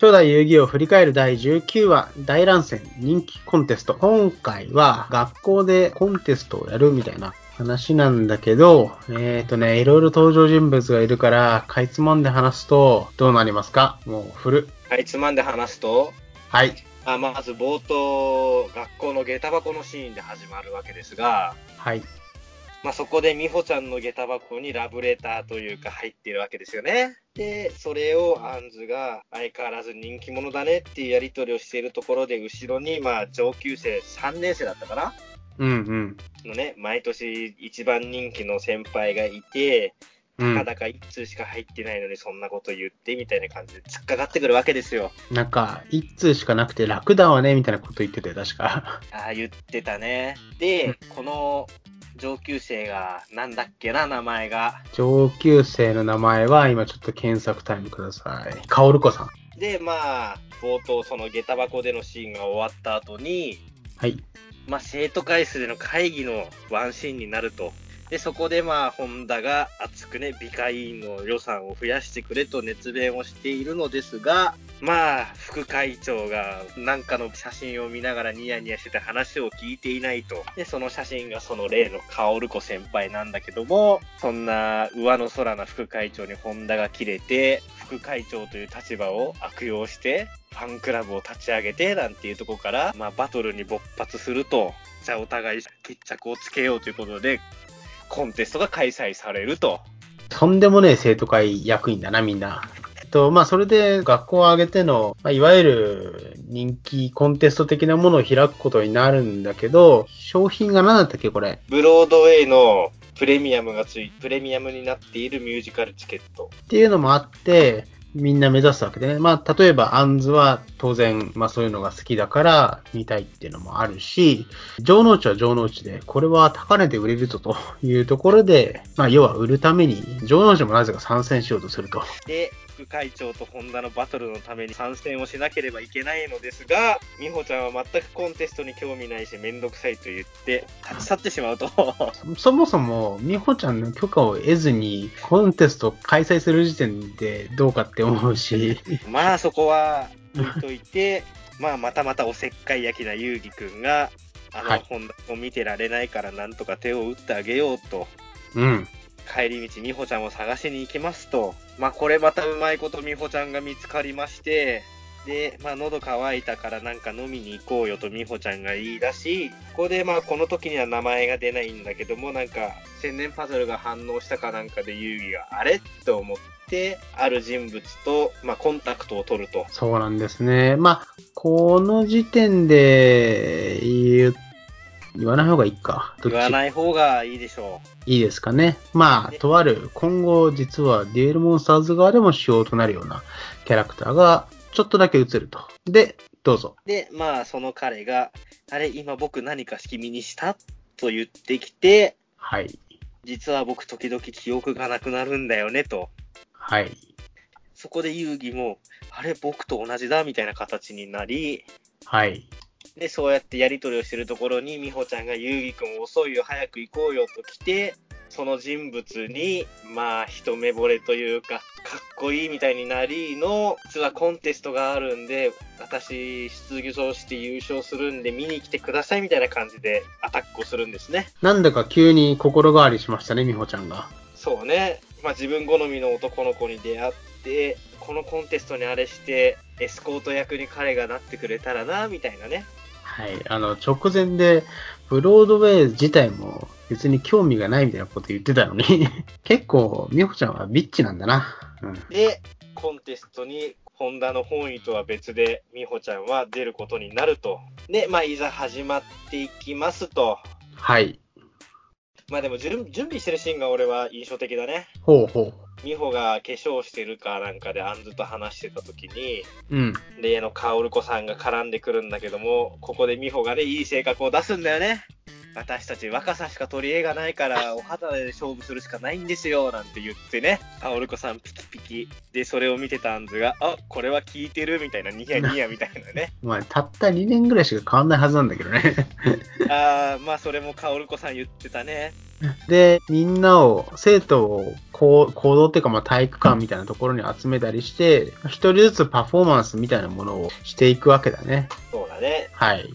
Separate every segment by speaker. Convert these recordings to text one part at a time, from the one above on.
Speaker 1: 初代遊戯王を振り返る第19話大乱戦人気コンテスト。今回は学校でコンテストをやるみたいな話なんだけど、えっ、ー、とね、いろいろ登場人物がいるから、かいつまんで話すとどうなりますかもう振る。
Speaker 2: かいつまんで話すと、
Speaker 1: はい。
Speaker 2: まあ、まず冒頭、学校の下駄箱のシーンで始まるわけですが、
Speaker 1: はい。
Speaker 2: まあ、そこで美穂ちゃんの下駄箱にラブレターというか入ってるわけですよね。で、それをアンズが相変わらず人気者だねっていうやり取りをしているところで、後ろにまあ上級生3年生だったかな
Speaker 1: うん
Speaker 2: のね、毎年一番人気の先輩がいて、
Speaker 1: うん。う
Speaker 2: たか
Speaker 1: ん。
Speaker 2: だか一通しか入ってないのにそんなこと言ってみたいな感じで突っかかってくるわけですよ。
Speaker 1: なんか、一通しかなくて楽だわね、みたいなこと言ってて、確か。
Speaker 2: ああ、言ってたね。で、この上級生が、なんだっけな、名前が。
Speaker 1: 上級生の名前は、今ちょっと検索タイムください。かおるこさん。
Speaker 2: で、まあ、冒頭、その下駄箱でのシーンが終わった後に、
Speaker 1: はい。
Speaker 2: まあ、生徒会室での会議のワンシーンになると。で、そこでまあ、ホンダが熱くね、美化委員の予算を増やしてくれと熱弁をしているのですが、まあ、副会長がなんかの写真を見ながらニヤニヤしてて話を聞いていないと。で、その写真がその例のカオルコ先輩なんだけども、そんな上の空な副会長にホンダが切れて、副会長という立場を悪用して、ファンクラブを立ち上げて、なんていうところから、まあ、バトルに勃発すると、じゃあお互い決着をつけようということで、コンテストが開催されると。
Speaker 1: とんでもねえ生徒会役員だな、みんな。えっと、まあ、それで学校を挙げての、まあ、いわゆる人気コンテスト的なものを開くことになるんだけど、商品が何だったっけ、これ。
Speaker 2: ブロードウェイのプレミアムがつい、プレミアムになっているミュージカルチケット。
Speaker 1: っていうのもあって、みんな目指すわけでね。まあ、例えば、アンズは当然、まあそういうのが好きだから見たいっていうのもあるし、城之内は城之内で、これは高値で売れるぞというところで、まあ要は売るために、城之内もなぜか参戦しようとすると。
Speaker 2: で、副会長とホンダのバトルのために参戦をしなければいけないのですが、美穂ちゃんは全くコンテストに興味ないし、めんどくさいと言って、立ち去ってしまうと。
Speaker 1: そもそも、美穂ちゃんの許可を得ずに、コンテストを開催する時点でどうかって思うし、
Speaker 2: まあそこは置いといて、 まあまたまたおせっかい焼きなゆうぎくんが、
Speaker 1: は
Speaker 2: あの
Speaker 1: い
Speaker 2: 本田を見てられないからなんとか手を打ってあげようと、
Speaker 1: うん。
Speaker 2: 帰り道美穂ちゃんを探しに行きますと、まあこれまたうまいこと美穂ちゃんが見つかりまして、で、まあ喉乾いたからなんか飲みに行こうよと美穂ちゃんが言い出し、ここでまあこの時には名前が出ないんだけども、なんか千年パズルが反応したかなんかでゆうぎがあれと思って、ある人物と、まあコンタクトを取ると。
Speaker 1: そうなんですね。まあ、この時点で言う、言わない方がいいか。どっち
Speaker 2: 言わない方がいいでしょ
Speaker 1: いいですかね。まあ、とある、今後、実はデュエルモンスターズ側でも主要となるようなキャラクターが、ちょっとだけ映ると。で、どうぞ。
Speaker 2: う。で、まあ、その彼が、あれ、今僕何かしきみにしたと言ってきて、
Speaker 1: はい。
Speaker 2: 実は僕時々記憶がなくなるんだよねと。
Speaker 1: はい。
Speaker 2: そこで遊戯も、あれ、僕と同じだみたいな形になり、
Speaker 1: はい。
Speaker 2: で、そうやってやり取りをしてるところに、美穂ちゃんが遊戯くん遅いよ、早く行こうよと来て、その人物に、まあ、一目惚れというか、かっこいいみたいになりの、実はコンテストがあるんで、私、出場して優勝するんで、見に来てくださいみたいな感じでアタックをするんですね。
Speaker 1: なんだか急に心変わりしましたね、みほちゃんが。
Speaker 2: そうね、まあ、自分好みの男の子に出会って、このコンテストにあれして、エスコート役に彼がなってくれたらな、みたいなね。
Speaker 1: はい。あの、直前で、ブロードウェイ自体も別に興味がないみたいなこと言ってたのに、 結構、みほちゃんはビッチなんだな。うん。
Speaker 2: で、コンテストに、ホンダの本意とは別で、美穂ちゃんは出ることになると。で、まあ、いざ始まっていきますと。
Speaker 1: はい。
Speaker 2: まあでも準、準備してるシーンが俺は印象的だね。
Speaker 1: ほうほ
Speaker 2: 美穂が化粧してるかなんかで、アンズと話してた時に、
Speaker 1: う。うん。
Speaker 2: 例のカオル子さんが絡んでくるんだけども、ここで美穂がね、いい性格を出すんだよね。私たち若さしか取り柄がないから、お肌で勝負するしかないんですよ、なんて言ってね。カオル子さんピキピキ。で、それを見てたアンズが、あ、これは効いてるみたいな、ニヤニヤみたい なね。
Speaker 1: まあ、たった2年ぐらいしか変わんないはずなんだけどね。
Speaker 2: あー、まあそれもカオル子さん言ってたね。
Speaker 1: で、みんなを、生徒をこう行動っていうか、まあ、体育館みたいなところに集めたりして、一人ずつパフォーマンスみたいなものをしていくわけだね。
Speaker 2: そうだね。
Speaker 1: はい。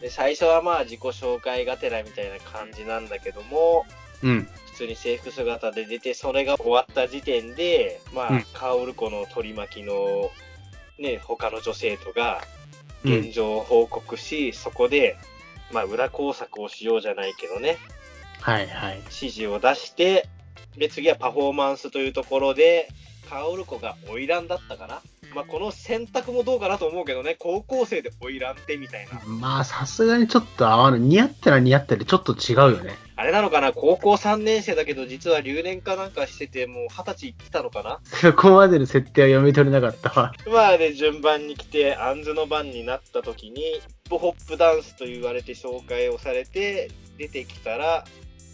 Speaker 2: で、最初はまあ自己紹介がてらみたいな感じなんだけども、
Speaker 1: うん。
Speaker 2: 普通に制服姿で出て、それが終わった時点で、ま
Speaker 1: う
Speaker 2: あ
Speaker 1: ん、
Speaker 2: カオルコの取り巻きの、ね、他の女生徒が
Speaker 1: う
Speaker 2: 現
Speaker 1: ん、
Speaker 2: 状を報告し、そこで、まあ、裏工作をしようじゃないけどね、
Speaker 1: はいはい。
Speaker 2: 指示を出して、で、次はパフォーマンスというところで、カオルコが花魁だったかな。まあ、この選択もどうかなと思うけどね、高校生で花魁ってみたいな。
Speaker 1: まあ、さすがにちょっと合わない。似合ってら似合ってるちょっと違うよね。
Speaker 2: あれなのかな、高校3年生だけど、実は留年かなんかしてて、もう二十歳行ってたのかな。
Speaker 1: そ こまでの設定は読み取れなかったわ。
Speaker 2: まあで、順番に来て、アンズの番になった時に、ヒップホップダンスと言われて紹介をされて、出てきたら、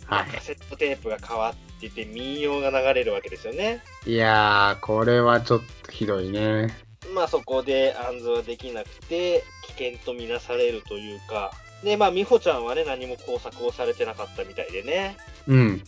Speaker 1: は
Speaker 2: カセットテープが変わってて、民謡が流れるわけですよね。
Speaker 1: い。いやー、これはちょっとひどいね。
Speaker 2: まあそこでアンズはできなくて、危険とみなされるというか、で、まあ美穂ちゃんはね、何も工作をされてなかったみたいでね、
Speaker 1: うん。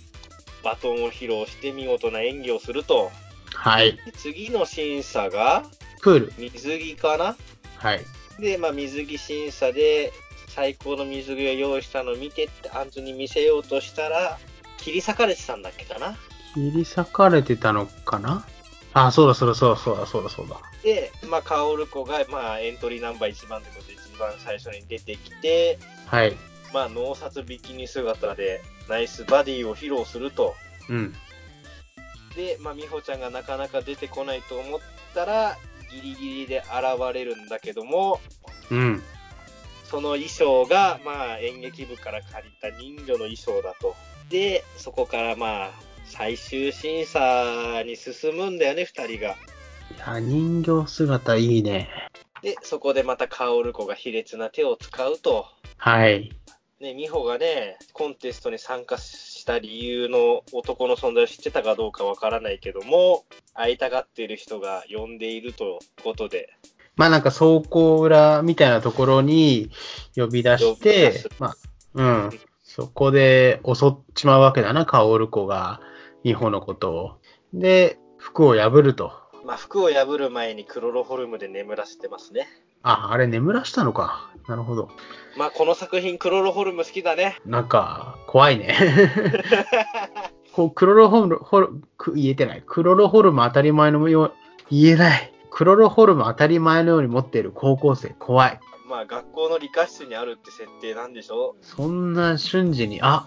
Speaker 2: バトンを披露して見事な演技をすると。
Speaker 1: はい。
Speaker 2: で次の審査が、
Speaker 1: プール。
Speaker 2: 水着かな
Speaker 1: はい。
Speaker 2: で、まあ、水着審査で最高の水着を用意したのを見てってアンズに見せようとしたら切り裂かれてたんだっけかな
Speaker 1: 切り裂かれてたのかなあ、そうだそうだそうだそうだそうだそうだ。
Speaker 2: で、まあ、カオルコが、まあ、エントリーナンバー1番ってことで一番最初に出てきて、
Speaker 1: はい。
Speaker 2: まあ、脳札ビキニ姿でナイスバディを披露すると
Speaker 1: うん。
Speaker 2: で、まあ、美穂ちゃんがなかなか出てこないと思ったらギリギリで現れるんだけども
Speaker 1: うん。
Speaker 2: その衣装が、まあ、演劇部から借りた人魚の衣装だと。で、そこからまあ、最終審査に進むんだよね、2人が。
Speaker 1: いや、人形姿いいね。
Speaker 2: で、そこでまたカオルコが卑劣な手を使うと。
Speaker 1: はい。
Speaker 2: ね、美穂がね、コンテストに参加した理由の男の存在を知ってたかどうかわからないけども、会いたがっている人が呼んでいるということで、
Speaker 1: まあなんか走行裏みたいなところに呼び出し
Speaker 2: 呼び出す
Speaker 1: て、まあ、うん。そこで襲っちまうわけだな、カオル子が、美穂のことを。で、服を破ると。
Speaker 2: まあ、服を破る前にクロロホルムで眠らせてますね。
Speaker 1: あ、あれ眠らしたのか。なるほど。
Speaker 2: まあ、この作品、クロロホルム好きだね。
Speaker 1: なんか、怖い ね。こうクロロホルム、ホルく言えてない。クロロホルム当たり前のよう、言えない。クロロホルム当たり前のように持っている高校生、怖い。
Speaker 2: まあ学校の理科室にあるって設定なんでしょ
Speaker 1: そんな瞬時に、あ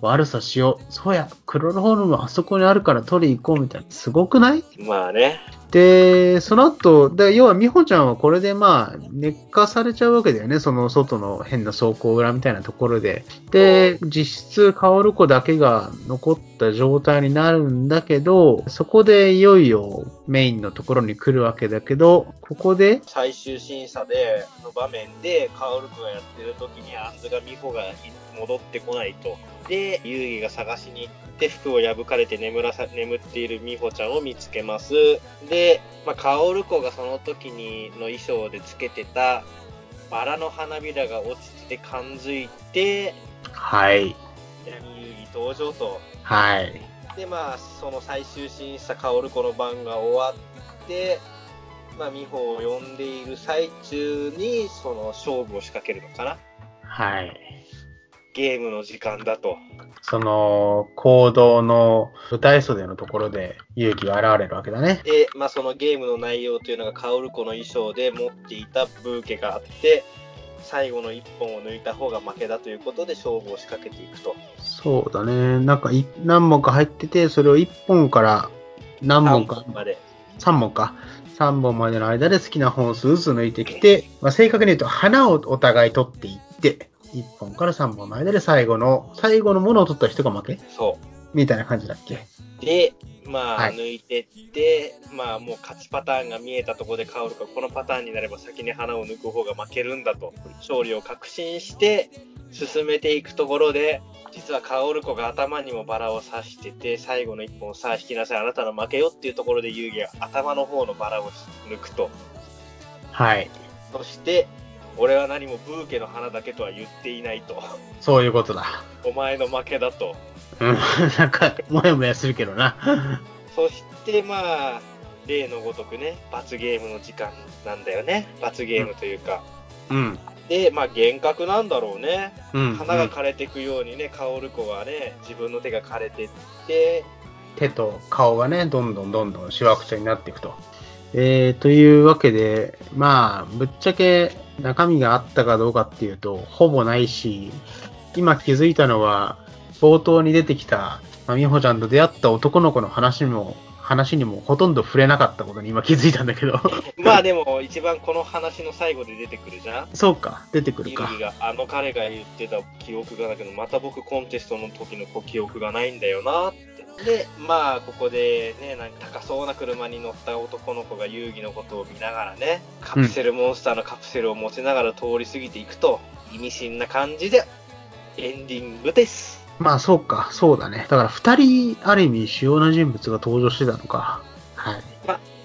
Speaker 1: 悪さしよう。そうや、クロロホルムあそこにあるから取り行こうみたいな。すごくない
Speaker 2: まあね。
Speaker 1: で、その後、で要は美穂ちゃんはこれでまあ、寝かされちゃうわけだよね。その外の変な走行裏みたいなところで。で、実質、薫子だけが残った状態になるんだけど、そこでいよいよメインのところに来るわけだけど、ここで、
Speaker 2: 最終審査での場面でカオル君がやってる時にアンズがミホが戻ってこないと。で、ユウギが探しに行って服を破かれて眠らさ眠っているミホちゃんを見つけます。で、まあ、カオル子がその時にの衣装でつけてたバラの花びらが落ちて感づいて、
Speaker 1: はい、
Speaker 2: ユウギ登場と。
Speaker 1: はい、
Speaker 2: でまあその最終審査カオルコの番が終わってまあ美穂を呼んでいる最中にその勝負を仕掛けるのかな
Speaker 1: はい。
Speaker 2: ゲームの時間だと
Speaker 1: その、行動の舞台袖のところで勇気が現れるわけだね。
Speaker 2: でまあそのゲームの内容というのがカオルコの衣装で持っていたブーケがあって最後の1本を抜いた方が負けだということで勝負を仕掛けていくと
Speaker 1: そうだね。なんかい、何本か入ってて、それを1本から何本か
Speaker 2: 3、まで
Speaker 1: 3本か。3本までの間で好きな本数ずつ抜いてきて、まあ、正確に言うと、花をお互い取っていって、1本から3本の間で最後の、最後のものを取った人が負け
Speaker 2: そう
Speaker 1: みたいな感じだっけ
Speaker 2: で、まあ、
Speaker 1: はい
Speaker 2: 抜いてって、まあ、もう勝ちパターンが見えたところでカオルがこのパターンになれば先に花を抜く方が負けるんだと、勝利を確信して進めていくところで、実はカオルコが頭にもバラを刺してて、最後の一本をさあ引きなさい、あなたの負けよっていうところで遊戯が頭の方のバラを抜くと。
Speaker 1: はい。
Speaker 2: そして、俺は何もブーケの花だけとは言っていないと。
Speaker 1: そういうことだ。
Speaker 2: お前の負けだと。
Speaker 1: うん、 なんか、もやもやするけどな。
Speaker 2: そしてまあ例のごとくね罰ゲームの時間なんだよね罰ゲームというか、
Speaker 1: うん。
Speaker 2: でまあ幻覚なんだろうね
Speaker 1: うん。
Speaker 2: 花が枯れていくようにね薫子はね自分の手が枯れてって
Speaker 1: 手と顔がね、どんどんどんどんしわくちゃになっていくと。えー、というわけで、まあ、ぶっちゃけ中身があったかどうかっていうと、ほぼないし、今気づいたのは、冒頭に出てきた、まあ、美穂ちゃんと出会った男の子の話にも、話にもほとんど触れなかったことに今気づいたんだけど。
Speaker 2: まあでも一番この話の最後で出てくるじゃん
Speaker 1: そうか、出てくる
Speaker 2: ゆ
Speaker 1: か。
Speaker 2: りがあの彼が言ってた記憶がなくてまた僕コンテストの時の記憶がないんだよなってでまあここでねなんか高そうな車に乗った男の子が遊戯のことを見ながらねカプセルモンスターのカプセルを持ちながら通り過ぎていくと、意味深な感じでエンディングです
Speaker 1: まあそうか、そうだね。だから二人、ある意味主要な人物が登場してたのか。はい。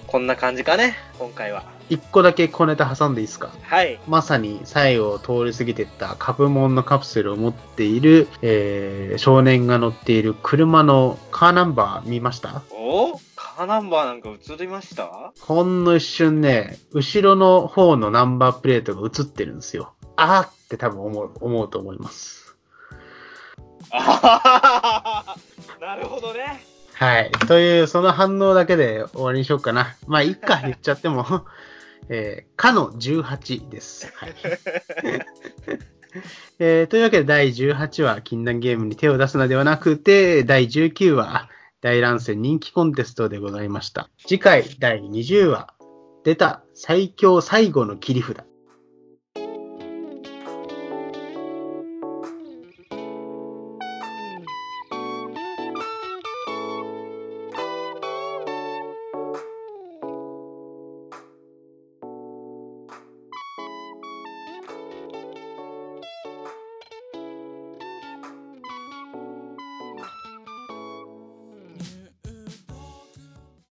Speaker 2: こんな感じかね今回は
Speaker 1: 一個だけ小ネタ挟んでいいですか
Speaker 2: はい
Speaker 1: まさに最後を通り過ぎてったカプモンのカプセルを持っている、えー少年が乗っている車のカーナンバー見ました
Speaker 2: おおカーナンバーなんか映りました
Speaker 1: ほんの一瞬ね、後ろの方のナンバープレートが映ってるんですよ。あーって多分思う、思うと思います。
Speaker 2: あははははなるほどね
Speaker 1: はい。という、その反応だけで終わりにしようかな。まあ、いっか、言っちゃっても。 えー、かの18です。はい。 えーというわけで、第18話、禁断ゲームに手を出すのではなくて、第19話、大乱戦人気コンテストでございました。次回、第20話、出た最強最後の切り札